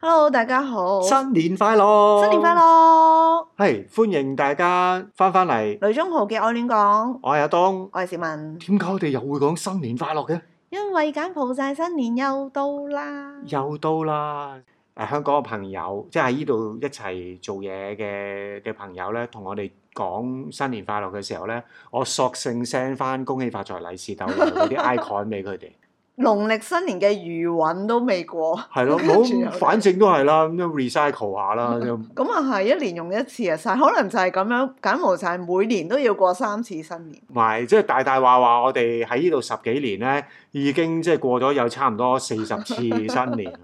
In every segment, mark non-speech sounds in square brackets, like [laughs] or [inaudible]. Hello，大家好，新年快樂！新年快！樂！係歡迎大家翻返嚟，雷中豪嘅愛戀講，我係阿東。我係市民，點解我哋又會講新年快樂嘅？因為柬埔寨新年又到啦，又到啦！誒，香港嘅朋友，即係喺呢度一齊做嘢嘅嘅朋友咧，同我哋講新年快樂嘅時候咧，我索性 send 翻恭喜發財利是豆嗰啲 icon [laughs] 俾佢哋。農曆新年嘅餘韻都未過，係咯，跟住又冇，反正都係啦，咁樣 recycle [laughs] 下啦，咁咁啊係一年用一次啊，晒可能就係咁樣，柬埔寨每年都要過三次新年，埋即係大大話話，我哋喺呢度十幾年咧，已經即係過咗有差唔多四十次新年 [laughs] 啦。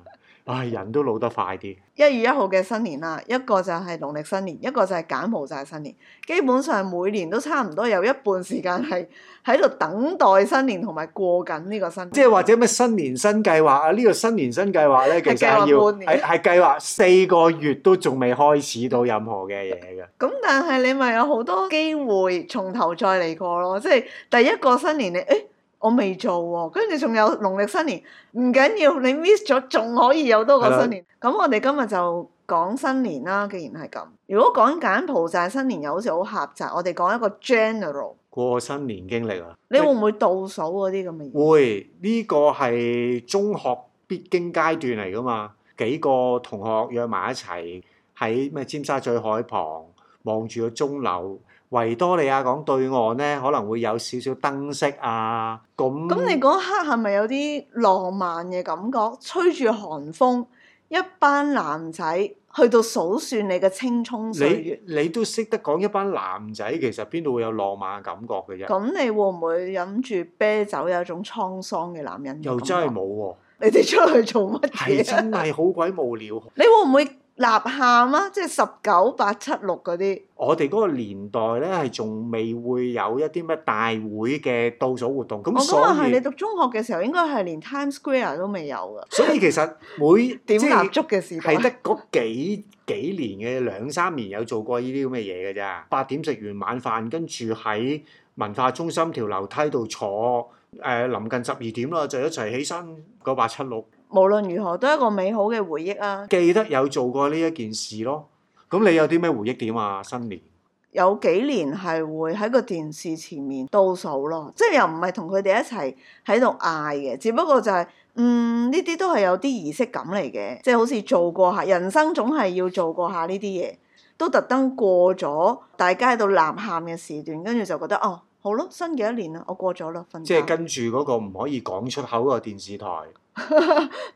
唉，人都老得快啲，一月一號嘅新年啦，一個就係農曆新年，一個就係柬埔寨新年，基本上每年都差唔多有一半時間係喺度等待新年同埋過緊呢個新年，即係或者咩新年新計劃啊？呢、個新年新計 [laughs] 劃咧，其實係要係計劃半年係係計劃四個月都仲未開始到任何嘅嘢嘅。咁但係你咪有好多機會從頭再嚟過咯，即係第一個新年你誒、欸我未做喎、跟住仲有農曆新年，唔緊要，你 miss 咗仲可以有多個新年。咁我哋今日就講新年啦，既然係咁，如果講柬埔寨新年又好似好狹窄，我哋講一個 general，過新年經歷啊，你會唔會倒數嗰啲咁嘅嘢？會呢、個係中學必經階段嚟噶嘛？幾個同學約埋一齊喺咩尖沙咀海旁望住個鐘樓，維多利亞港對岸咧可能會有少少燈飾啊，咁咁你嗰刻係咪有啲浪漫嘅感覺？吹住寒風，一班男仔去到數算你嘅青葱歲月。你你都識得講一班男仔，其實邊度會有浪漫嘅感覺嘅啫？咁你會唔會飲住啤酒有一種滄桑嘅男人嘅又感真係覺？冇喎，你哋出去做乜係嘢啊？真係好鬼無聊。你會唔會吶喊啊？即係十九八七六嗰啲，我哋嗰個年代咧係仲未會有一啲咩大會嘅倒數活動，我咁咁所啊係以你。讀中學嘅時候，應該係連 Times Square 都未有噶，所以其實每點即蠟係燭嘅時代係得嗰幾幾年嘅兩三年有做過呢啲咁嘅嘢嘅咋。八點食完晚飯，跟住喺文化中心條樓梯度坐，誒、臨近十二點啦，就一齊起身九八七六。無論如何都係一個美好嘅回憶啊！記得有做過呢一件事咯。咁你有啲咩回憶點啊？新年嗯有幾年係會喺個電視前面倒數咯，即係又唔係同佢哋一齊喺度嗌嘅，只不過就係、嗯呢啲都係有啲儀式感嚟嘅，即係好似做過下，人生總係要做過下呢啲嘢，都特登過咗大家喺度吶喊嘅時段，跟住就覺得哦好咯，新嘅一年啦，我過咗啦，瞓即係覺跟住嗰個唔可以講出口個電視台，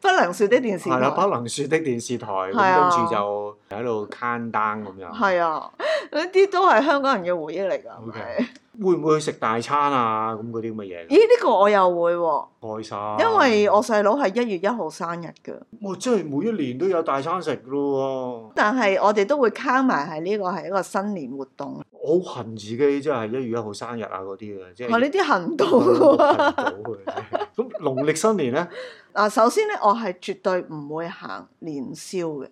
不能説的電視係啦，台不。能説的電視台，係啊咁跟住就喺度 count down 咁樣。係啊，呢啲都係香港人嘅回憶嚟㗎。係 OK 會唔會去食大餐啊？咁嗰啲咁嘅嘢咦？呢、個我又會喎、開心，因為我細佬係一月一號生日㗎。我真係每一年都有大餐食咯但係我哋都會卡埋係呢個係一個新年活動，喎，我好恨自己真係一月一號生日啊嗰啲啊，即係我哦呢啲啊行我我到恨到佢真係咁農曆新年咧， [laughs] 嗱。首先咧，我係絕對唔會行年宵嘅。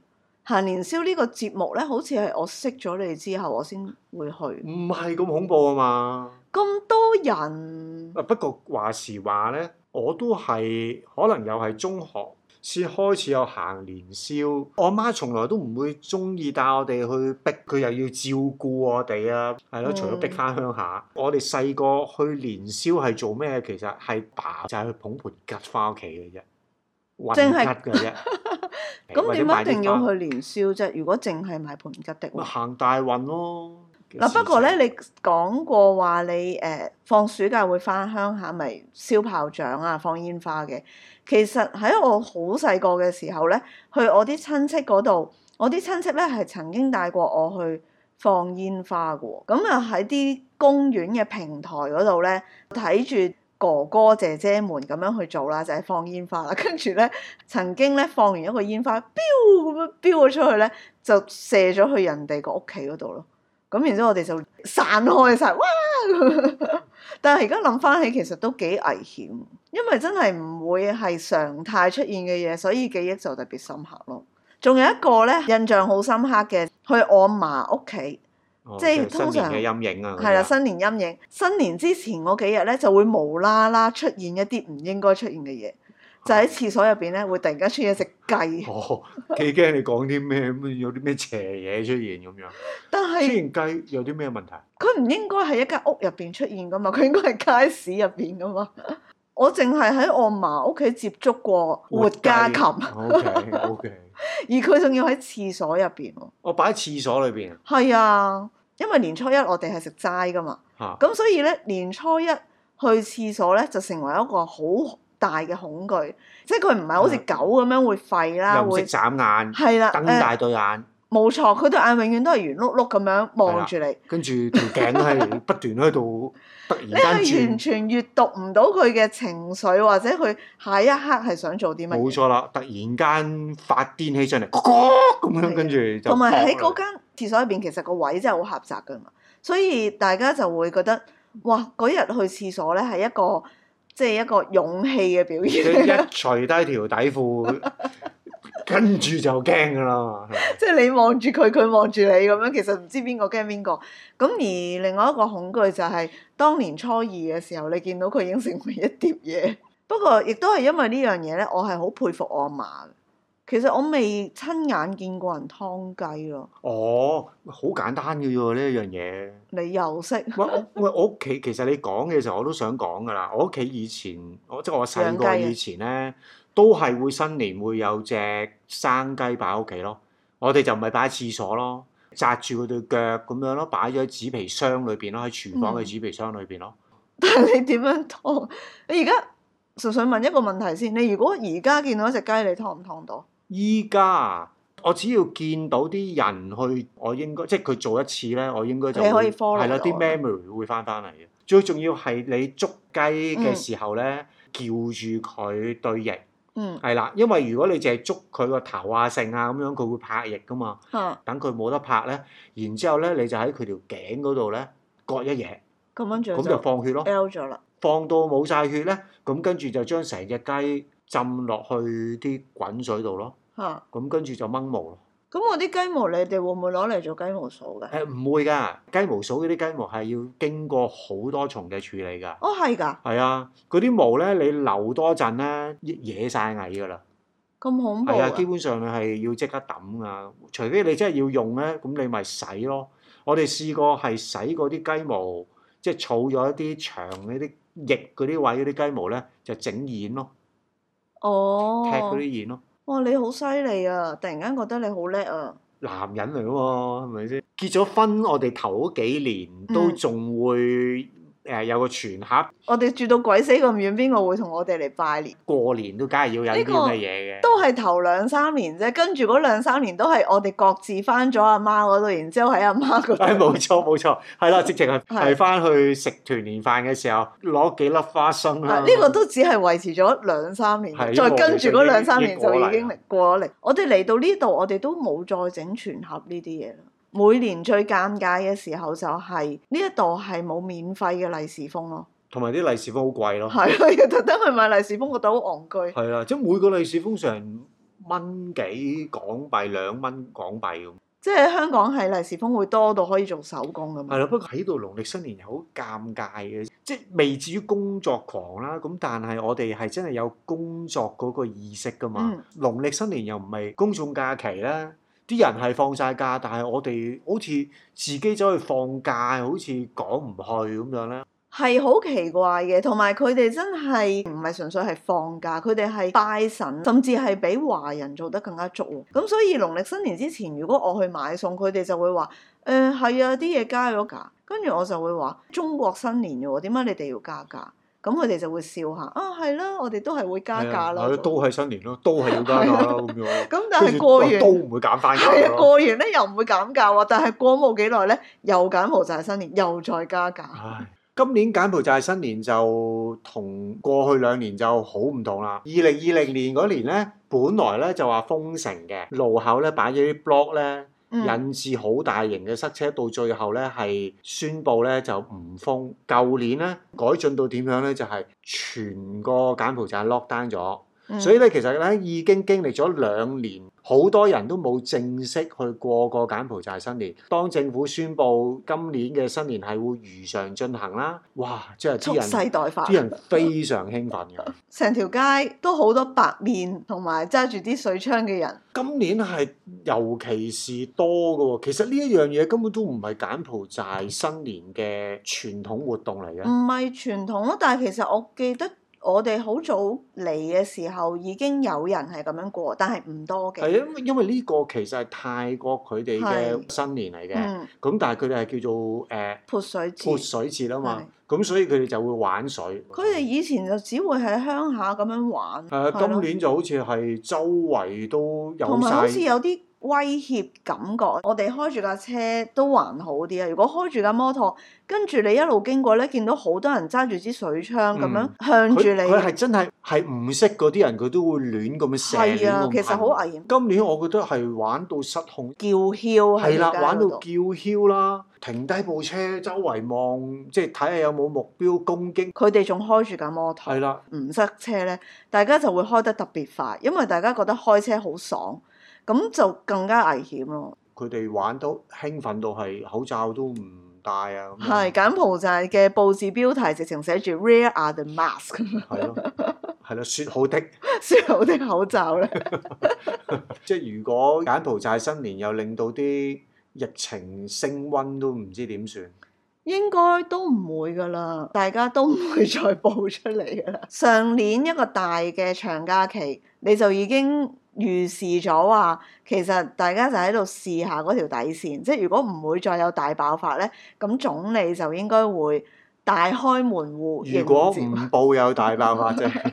行年宵呢個節目咧，好似係我識咗你之後，我先會去。唔係咁恐怖啊嘛。咁多人，啊不過話時話咧，我都係可能又係中學先開始有行年宵。我媽從來都唔會中意帶我哋去逼，佢又要照顧我哋啊，係咯，嗯除咗逼翻鄉下。我哋細個去年宵係做咩？其實係爸就係去捧盤吉翻屋企嘅啫，運淨係吉嘅啫。 [laughs] 咁或者點買解啲一定要花去年宵啫？如果淨係買盤吉的咪話，行大運咯？嗱不過咧，，你講過話你誒、呃放暑假會翻鄉下，咪燒炮仗啊，放煙花嘅。其實喺我好細個嘅時候咧，去我啲親戚嗰度，我啲親戚咧係曾經帶過我去放煙花嘅喎。咁啊喺啲公園嘅平台嗰度咧，睇住哥哥姐姐們咁樣去做啦，就係、放煙花啦。跟住咧，曾經咧放完一個煙花，飆咁樣飆咗出去咧，就射咗去人哋個屋企嗰度咯。咁然之後我哋就散開晒，哇！ [laughs] 但係而家諗翻起，其實都幾危險，因為真係唔會係常態出現嘅嘢，所以記憶就特別深刻咯。仲有一個咧，印象好深刻嘅，去我嫲屋企，哦即係係新通年常嘅陰影啊，係啦，新年陰影。新年之前嗰幾日咧，就會無啦啦出現一啲唔應該出現嘅嘢。就喺廁所入邊咧，會突然間出現一隻雞。哦，幾驚你講啲咩咁有啲咩邪嘢出現咁樣？但出係現雞有啲咩問題？佢唔應該喺一間屋入邊出現噶嘛， [laughs] 佢應該係街市入邊噶嘛。我淨係喺我嫲屋企接觸過活家禽， [laughs] 而 O K O K，佢仲要喺廁所入邊喎。我擺喺廁所裏邊係啊，因為年初一我哋係食齋噶嘛，嚇，咁所以咧年初一去廁所咧就成為一個好大嘅恐懼，即係佢唔係好似嗯狗咁樣會吠啦，又唔會識眨眼，係啦，瞪誒大對眼，冇錯，佢對眼永遠都係圓碌碌咁樣望住你，跟住條頸 [laughs] 係不斷喺度突然你間係完轉，全閲讀唔到佢嘅情緒或者佢下一刻係想做啲乜冇嘢，錯啦，突然間發癲 [laughs] 起上嚟，咕咕咁係啊樣跟住就同埋喺搏嗰啦間廁所入邊其實個位真係好狹窄㗎嘛，所以大家就會覺得哇嗰日去廁所咧係一個即係一個勇氣嘅表即現。係一除低條底褲，跟住就驚噶啦嘛。 [laughs] 即係你望住佢，佢望住你咁樣，其實唔知邊個驚邊個。咁而另外一個恐懼就係、當年初二嘅時候，你見到佢已經成為一碟嘢。 [laughs] 不過亦都係因為呢樣嘢咧，我係好佩服我阿嫲嘅。其實我未親眼見過人劏雞咯，哦，好簡單嘅啫喎呢一樣嘢。你又識 [laughs] 喂，我喂我屋企其實你講嘅時候我都想講㗎啦。我屋企以前，我即係我細個養雞啊以前咧，都係會新年會有隻生雞擺喺屋企咯。我哋就唔係擺喺廁所咯，扎住佢對腳咁樣咯，擺咗喺紙皮箱裏邊咯，喺廚房嘅嗯紙皮箱裏邊咯。但係你點樣劏？你而家純粹問一個問題先，你如果而家見到一隻雞，你劏唔劏到？依家我只要見到啲人去，我應該即係佢做一次咧，我應該就你可會以 follow 係啦，啲到啊 memory 會翻翻嚟嘅。最重要係你捉雞嘅時候咧，叫住佢對翼嗯係啦，因為如果你淨係捉佢個頭啊、剩啊咁樣，佢會拍翼噶嘛。嚇等佢冇得拍咧，然之後咧你就喺佢條頸嗰度咧割一嘢，咁樣咁仲就就放血咯。 L 咗啦。放到冇晒血咧，咁跟住就將成隻雞浸落去啲滾水度咯，嚇咁跟住就掹毛咯。咁我啲雞毛你哋會唔會攞嚟做雞毛掃㗎？誒唔會㗎，雞毛掃嗰啲雞毛係要經過好多重嘅處理㗎。哦，係㗎，係啊，嗰啲毛咧，你留多陣咧，惹晒蟻㗎啦。咁恐怖係啊，啊基！本上係要即刻抌啊，除非你真係要用咧，咁你咪洗咯。我哋試過係洗嗰啲雞毛，即係儲咗一啲長嗰啲翼嗰啲位嗰啲雞毛咧，就整蜆咯，踢嗰啲哦，蜆咯。哇！你好犀利啊！突然間覺得你好叻啊！男人嚟喎，係咪先？結咗婚，我哋頭嗰幾年都嗯仲會誒、有個全盒，我哋住到鬼死咁遠，邊個會同我哋嚟拜年？過年都梗係要有呢啲咁嘅嘢嘅。 [laughs] 都係頭兩三年啫，跟住嗰兩三年都係我哋各自翻咗阿媽嗰度，然之後喺阿媽 [laughs] 嗰係度。哎冇錯冇錯，係啦，直情係係係翻去食團年飯嘅時候攞幾粒花生啊啦。呢個都只係維持咗兩三年，係再跟住嗰兩三年就已已經經過咗嚟。我哋嚟到呢度，我哋都冇再整全盒呢啲嘢啦。每年最尷尬嘅時候就係呢一度係冇免費嘅利是封咯，同埋啲利是封好貴咯。係咯， [laughs] 要特登去買利是封，覺得好戇居。係啦，即係每個利是封成蚊幾港幣兩蚊港幣咁。即係香港係利是封會多到可以做手工咁係嘛。啦，不過喺度農曆新年又好尷尬嘅，即係未至於工作狂啦。咁但係我哋係真係有工作嗰個意識噶嘛。嗯農曆新年又唔係公眾假期啦，啲人係放晒假，但係我哋好似自己走去放假，好似講唔去咁樣咧。係好奇怪嘅，同埋佢哋真係唔係純粹係放假，佢哋係拜神，甚至係比華人做得更加足喎。咁所以農曆新年之前，如果我去買餸，佢哋就會話：誒、係啊，啲嘢加咗價。跟住我就會話：中國新年嘅喎，點解你哋要加價？咁佢哋就會笑下：啊，係啦，我哋都係會加價啦。係啊都係新年咯，都係要加價啦咁樣。咁但係跟住過完都唔會減翻係價啊，咯。過完咧又唔會減價喎，但係過冇幾耐咧，又柬埔寨新年又再加價。唉，今年柬埔寨新年就同過去兩年就好唔同啦。二零二零年嗰年呢，本來呢就話封城嘅，路口呢擺咗啲 block 呢，嗯，引致好大型嘅塞車，到最後呢係宣布呢就唔封。舊年呢改進到點樣呢？就係、全個柬埔寨 lock down 咗，嗯所以咧，其實咧已經經歷咗兩年，好多人都冇正式去過個柬埔寨新年。當政府宣布今年嘅新年係會如常進行啦，哇！即係啲蓄人勢待發啲，人非常興奮嘅。成條街都好多白面同埋揸住啲水槍嘅人，今年係尤其是多嘅喎，其實呢一樣嘢根本都唔係柬埔寨新年嘅傳統活動嚟嘅。唔嗯係傳統咯。但係其實我記得我哋好早嚟嘅時候已經有人係咁樣過，但係唔多嘅。係啊因為因為呢個其實係泰國佢哋嘅係新年嚟嘅，咁、嗯，但係佢哋係叫做呃誒潑水潑節，水節啊嘛，咁所以佢哋就會玩水。佢哋以前就只會喺鄉下咁樣玩。誒、係今咯年就好似係周圍都有同埋好似晒，有啲威脅感覺。我哋開住架車都還好啲啊，如果開住架摩托，跟住你一路經過咧，見到好多人揸住支水槍咁樣嗯向佢住佢係你，真係係唔識嗰啲人，佢都會亂咁樣射係啊亂咁其實噴好危險今年我覺得係玩到失控，叫囂喺係啦，條玩街嗰到叫度。囂啦，停低部車周圍望，即係睇下有冇目標攻擊。佢哋仲開住架摩托係，啦，唔塞車咧，大家就會開得特別快，因為大家覺得開車好爽，咁就更加危險咯。佢哋玩到興奮到係口罩都唔戴啊，咁樣係柬埔寨嘅報紙標題直情寫住 Where are the mask [laughs] 咁樣，係咯，係咯，説好的，所有啲口罩咧。即係如果柬埔寨新年又令到啲疫情升温，都唔知點算。應該都唔會噶啦，大家都唔會再報出嚟噶啦。上年一個大嘅長假期，你就已經預示咗話，其實大家就喺度試下嗰條底線，即係如果唔會再有大爆發咧，咁總理就應該會大開門戶迎接。如果唔報有大爆發啫， [laughs]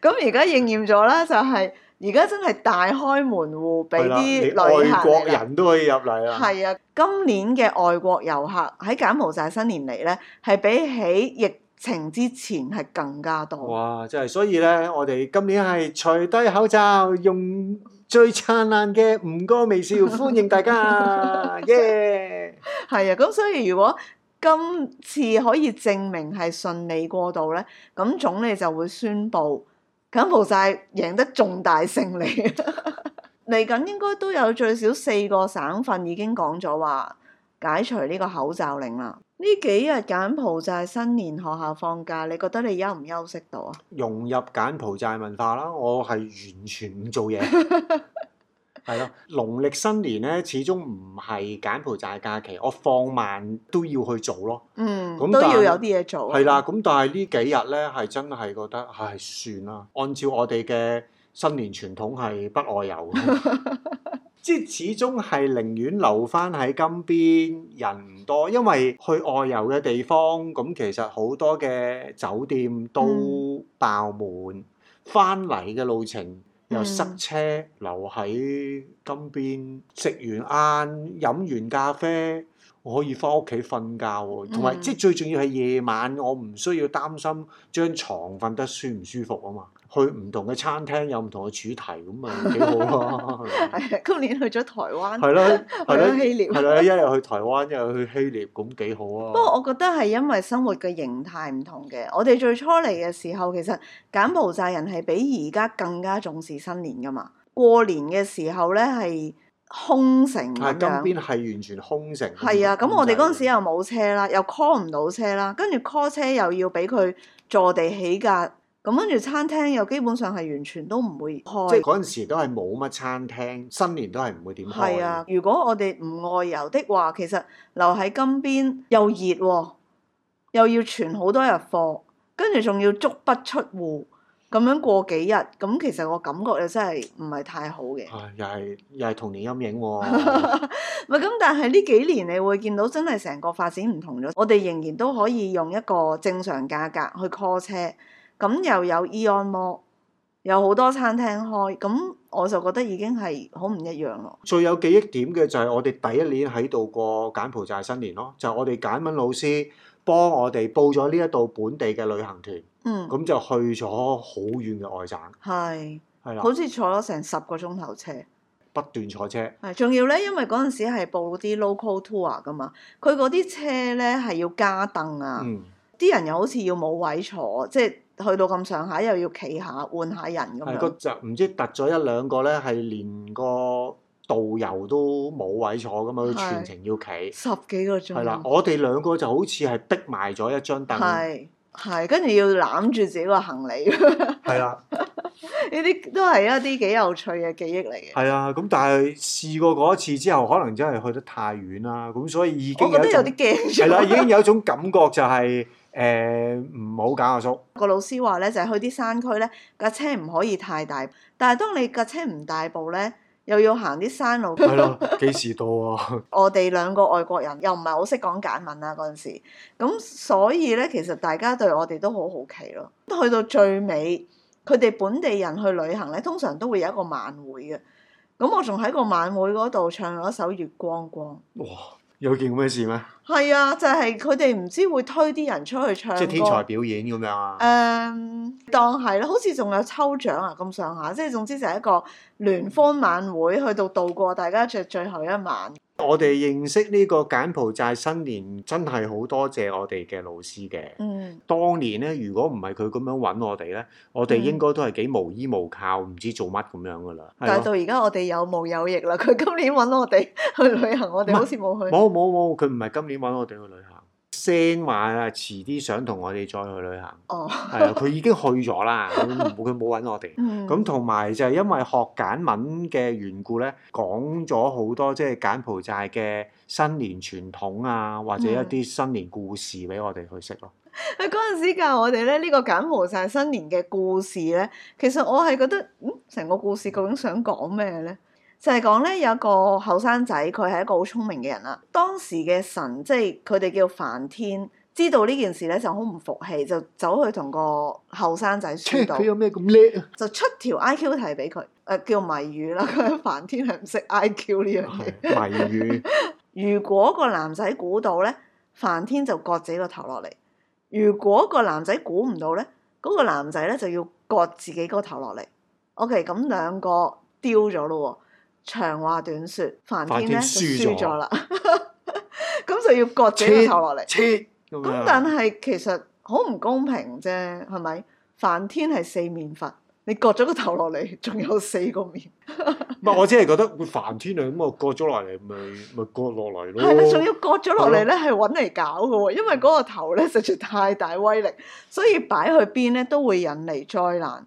咁而家應驗咗啦，就係而家真係大開門戶俾係啦，啲你旅客嚟啦外國人都可以入嚟啦。係啊，今年嘅外國遊客喺柬埔寨新年嚟呢，係比起疫情之前係更加多。哇！真係，所以咧，我哋今年係除低口罩，用最燦爛嘅吳哥微笑歡迎大家， [laughs] 耶！係啊，咁所以如果今次可以證明係順利過渡呢，咁總理就會宣布柬埔寨贏得重大勝 [laughs] 利。嚟緊應該都有最少四個省份已經講咗話解除呢個口罩令啦。呢幾日柬埔寨新年學校放假，你覺得你休唔休息到啊？融入柬埔寨文化啦，我係完全唔做嘢。係咯，農曆新年咧，始終唔係柬埔寨假期，我放慢都要去做咯。嗯，咁都但要有啲嘢做。啊係 [laughs] 啦，咁但係呢幾日咧，係真係覺得唉算啦，按照我哋嘅新年傳統係不外 [laughs] 遊，即係始終係寧願留翻喺金邊，人唔多，因為去外遊嘅地方咁其實好多嘅酒店嗯都爆滿，翻嚟嘅路程。又塞嗯車，留喺金邊，食完晏飲完咖啡，我可以翻屋企瞓覺喎，同埋、嗯即係最重要係夜晚，我唔需要擔心張床瞓得舒唔舒服啊嘛。去唔同嘅餐廳有唔同嘅主題，咁咪幾好 [laughs] 咯。係啊，今年去咗台灣，係咯，係去咗咯，希臘。係咯，一日去台灣，一日去希臘，咁幾好不啊！過我覺得係因為生活嘅形態唔同嘅。我哋最初嚟嘅時候，其實柬埔寨人係比而家更加重視新年噶嘛。過年嘅時候咧係空城咁係樣。啊金邊係完全空城。啊係啊，咁我哋嗰陣時又冇車啦，又 call 唔到車啦，跟住 call 車又要俾佢坐地起價，咁跟住餐廳又基本上係完全都唔會開即係嗰陣時都係冇乜餐廳，新年都係唔會點開。係啊，，如果我哋唔外遊的話，其實留喺金邊又熱喎、又要存好多日貨，跟住仲要足不出戶，咁樣過幾日，咁其實我感覺又真係唔係太好嘅。唉，又係又係童年陰 [laughs] 影喎。 [laughs] 啊唔係咁，但係呢幾年你會見到真係成個發展唔同咗，我哋仍然都可以用一個正常價格去 call 車，咁又有 Eon Mall，有好多餐廳開，咁我就覺得已經係好唔一樣咯。最有記憶點嘅就係我哋第一年喺度過柬埔寨新年咯，就係我哋簡文老師幫我哋報咗呢一度本地嘅旅行團，嗯，咁就去咗好遠嘅外省，係。係啊啦好，似坐咗成十個鐘頭車，不斷坐車，係仲要咧，因為嗰陣時係報啲 local tour 噶嘛，佢嗰啲車咧係要加凳啊，嗯，啲人又好似要冇位坐，即係去到咁上下又要企下換下人咁係個樣，就唔知突咗一兩個咧，係連個導遊都冇位坐噶嘛，佢全係程要企。十幾個係啦，鐘，我哋兩個就好似係逼埋咗一張凳。係係跟住要攬住自己個行李， [laughs] 呢係啦，啲都係一啲幾有趣嘅記憶嚟嘅。係啊，咁但係試過嗰一次之後，可能真係去得太遠啦，咁所以已經我覺有得一有啊種啲驚 [laughs] 係啦，已咗。經有一種感覺就係誒唔好搞阿叔， [laughs] [laughs] 個老師話咧，就係、去啲山區咧，架車唔可以太大，但係當你架車唔大步咧，又要行啲山路。係咯，幾時到啊？ [laughs] 我哋兩個外國人又唔係好識講簡文啦嗰陣時，咁所以咧其實大家對我哋都好好奇咯。去到最尾，佢哋本地人去旅行咧，通常都會有一個晚會嘅。咁我仲喺個晚會嗰度唱咗一首《月光光哇！有件咁嘅事咩？》。係啊，就係佢哋唔知會推啲人出去唱即係天才歌。表演咁樣啊？誒、當係啦，好似仲有抽獎啊咁上下，即係總之就係一個聯歡晚會，去到度過大家最最後一晚。我哋認識呢個柬埔寨新年真係好多謝我哋嘅老師嘅。嗯，當年咧，如果唔係佢咁樣揾我哋咧，我哋嗯應該都係幾無依無靠，唔知做乜咁樣噶啦。但係係咯到而家我哋有毛有翼啦，佢今年揾我哋 [laughs] 去旅行，我哋好似冇去。冇冇冇，佢唔係今年揾我哋去旅行。聲話啊，遲啲想同我哋再去旅行。哦，係啊，佢已經去咗啦，佢冇佢冇揾我哋。嗯，咁同埋就係因為學簡文嘅緣故咧，講咗好多即係柬埔寨嘅新年傳統啊，或者嗯一啲新年故事俾我哋去識咯。佢嗰陣時教我哋咧呢個柬埔寨新年嘅故事咧，其實我係覺得，嗯，成個故事究竟想講咩咧？就係講咧有一個後生仔，佢係一個好聰明嘅人啦。當時嘅神即係佢哋叫梵天，知道呢件事咧就好唔服氣，就走去同個後生仔宣導。咩咁叻啊？就出條 I.Q 題俾佢，誒、呃叫謎語啦。佢喺梵天係唔識 I.Q 呢樣哦嘢。謎語如果個男仔估到咧，梵天就割自己個頭落嚟；如果個男仔估唔到咧，嗰、個男仔咧就要割自己個頭落嚟。O.K. 咁兩個丟咗咯喎，長話短説，梵天咧梵天就輸輸咗咗啦， [laughs] 咁就要割自己個頭落嚟。切咁咁樣但係其實好唔公平啫，係咪？梵天係四面佛，你割咗個頭落嚟，仲有四個面，唔係我只係覺得會梵天啊，咁啊割咗落嚟，咪咪割落嚟咯。係啦，仲要割咗落嚟咧，係揾嚟搞嘅喎，因為嗰個頭咧實在太大威力，所以擺去邊咧都會引嚟災難。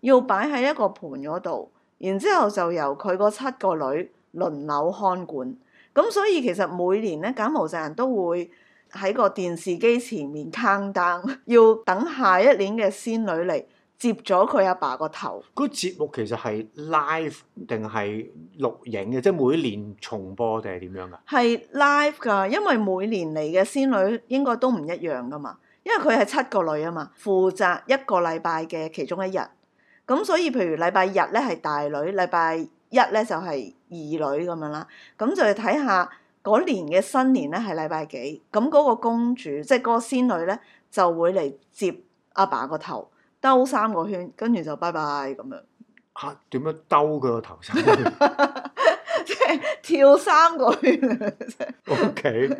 要擺喺一個盤嗰度，然之後就由佢嗰七個女輪流看管。咁所以其實每年咧，柬埔寨人都會喺個電視機前面 count down，要等下一年嘅仙女嚟接咗佢阿爸個頭。嗰個節目其實係 live 定係錄影嘅，即係每年重播定係點樣㗎？係 live 㗎，因為每年嚟嘅仙女應該都唔一樣㗎嘛，因為佢係七個女啊嘛，負責一個禮拜嘅其中一日，咁所以譬如禮拜日咧係大女，禮拜一咧就係二女咁樣啦，咁就去睇下嗰年嘅新年咧係禮拜幾，咁嗰個公主即係嗰個仙女咧就會嚟接阿爸個頭，兜三個圈，跟住就拜拜咁樣。嚇點樣兜佢個頭上去即係跳三個圈，啊？OK。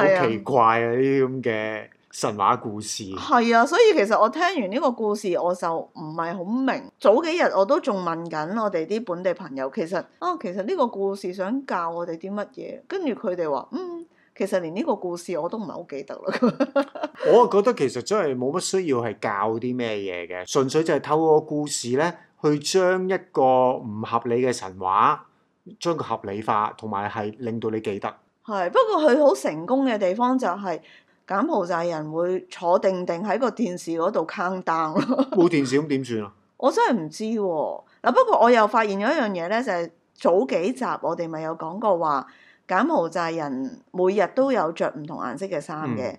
[laughs] 係啊，奇怪啊！呢啲咁嘅神話故事，係啊，所以其實我聽完呢個故事，我就唔係好明。早幾日我都仲問緊我哋啲本地朋友，其實啊，其實呢個故事想教我哋啲乜嘢？跟住佢哋話，嗯，其實連呢個故事我都唔係好記得啦。 [laughs] 我覺得其實真係冇乜需要係教啲咩嘢嘅，純粹就係透過故事咧，去將一個唔合理嘅神話，將佢合理化，同埋係令到你記得。係，不過佢好成功嘅地方就係、柬埔寨人會坐定定喺個電視嗰度 count down 咯。冇電視咁點算啊？我真係唔知喎。嗱，不過我又發現咗一樣嘢咧，就係、早幾集我哋咪有講過話，柬埔寨人每日都有着唔同顏色嘅衫嘅。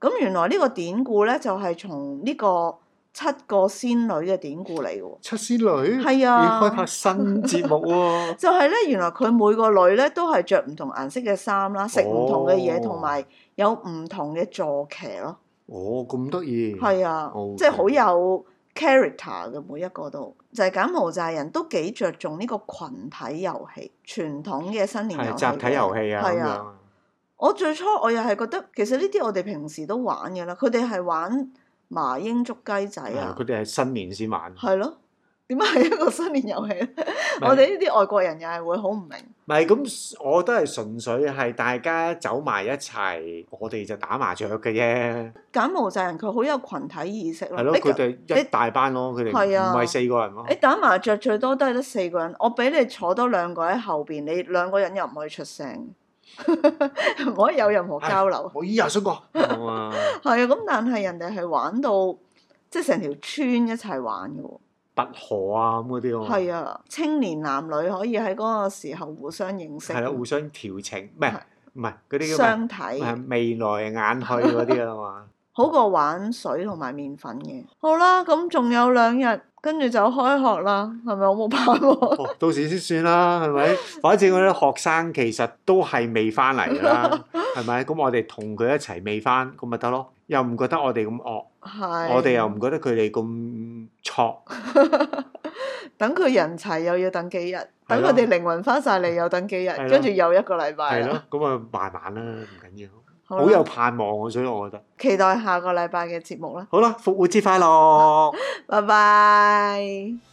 咁、原來呢個典故咧，就係從呢個七個仙女嘅典故嚟嘅喎。七仙女係係啊要開拍新 [laughs] 節目喎、就係咧，原來佢每個女咧都係着唔同顏色嘅衫啦，食唔同嘅嘢，哦同埋、有唔同嘅坐騎咯。哦，咁得意。係啊好，即係好有 character 嘅每一個都，就係柬埔寨人都幾着重呢個群體遊戲，傳統嘅新年遊係戲。集體遊戲啊，咁係樣啊，啊。我最初我又係覺得其實呢啲我哋平時都玩嘅啦，佢哋係玩麻英捉雞仔啊佢，哋係新年先玩。係咯。點解係一個新年遊戲咧？我哋呢啲外國人又係會好唔明。唔係咁，我都係純粹係大家走埋一齊，我哋就打麻雀嘅啫。柬埔寨人佢好有群體意識咯。係咯，你佢哋一大班咯，佢哋係啊唔係四個人咯你。打麻雀最多都係得四個人，我俾你坐多兩個喺後邊，你兩個人又唔可以出聲， [laughs] 唔可以有任何交流。我依日想講，冇啊係啊，咁但係人哋係玩到即係成條村一齊玩嘅喎。拔河啊咁嗰啲咯。係啊，青年男女可以喺嗰個時候互相認識，係啦，互相調情，唔係係唔係嗰啲叫咩？相睇。係啊未來眼去嗰啲 [laughs] 啊嘛。好過玩水同埋麵粉嘅。好啦，咁仲有兩日，跟住就開學啦，係咪？我冇把握。哦，到時先算啦，係咪？反正嗰啲學生其實都係未翻嚟 [laughs] 㗎啦，係咪？咁我哋同佢一齊未翻，咁咪得咯。又唔覺得我哋咁惡，係。我哋又唔覺得佢哋咁錯，等佢人齊，又要等幾日，等咯佢哋靈魂翻晒嚟，又等幾日係咯，跟住又一個禮拜係啦。咯。咁啊，慢慢啦，唔緊要。好啦好有盼望喎，所以我覺得。期待下個禮拜嘅節目啦，好啦，復活節快樂！拜拜。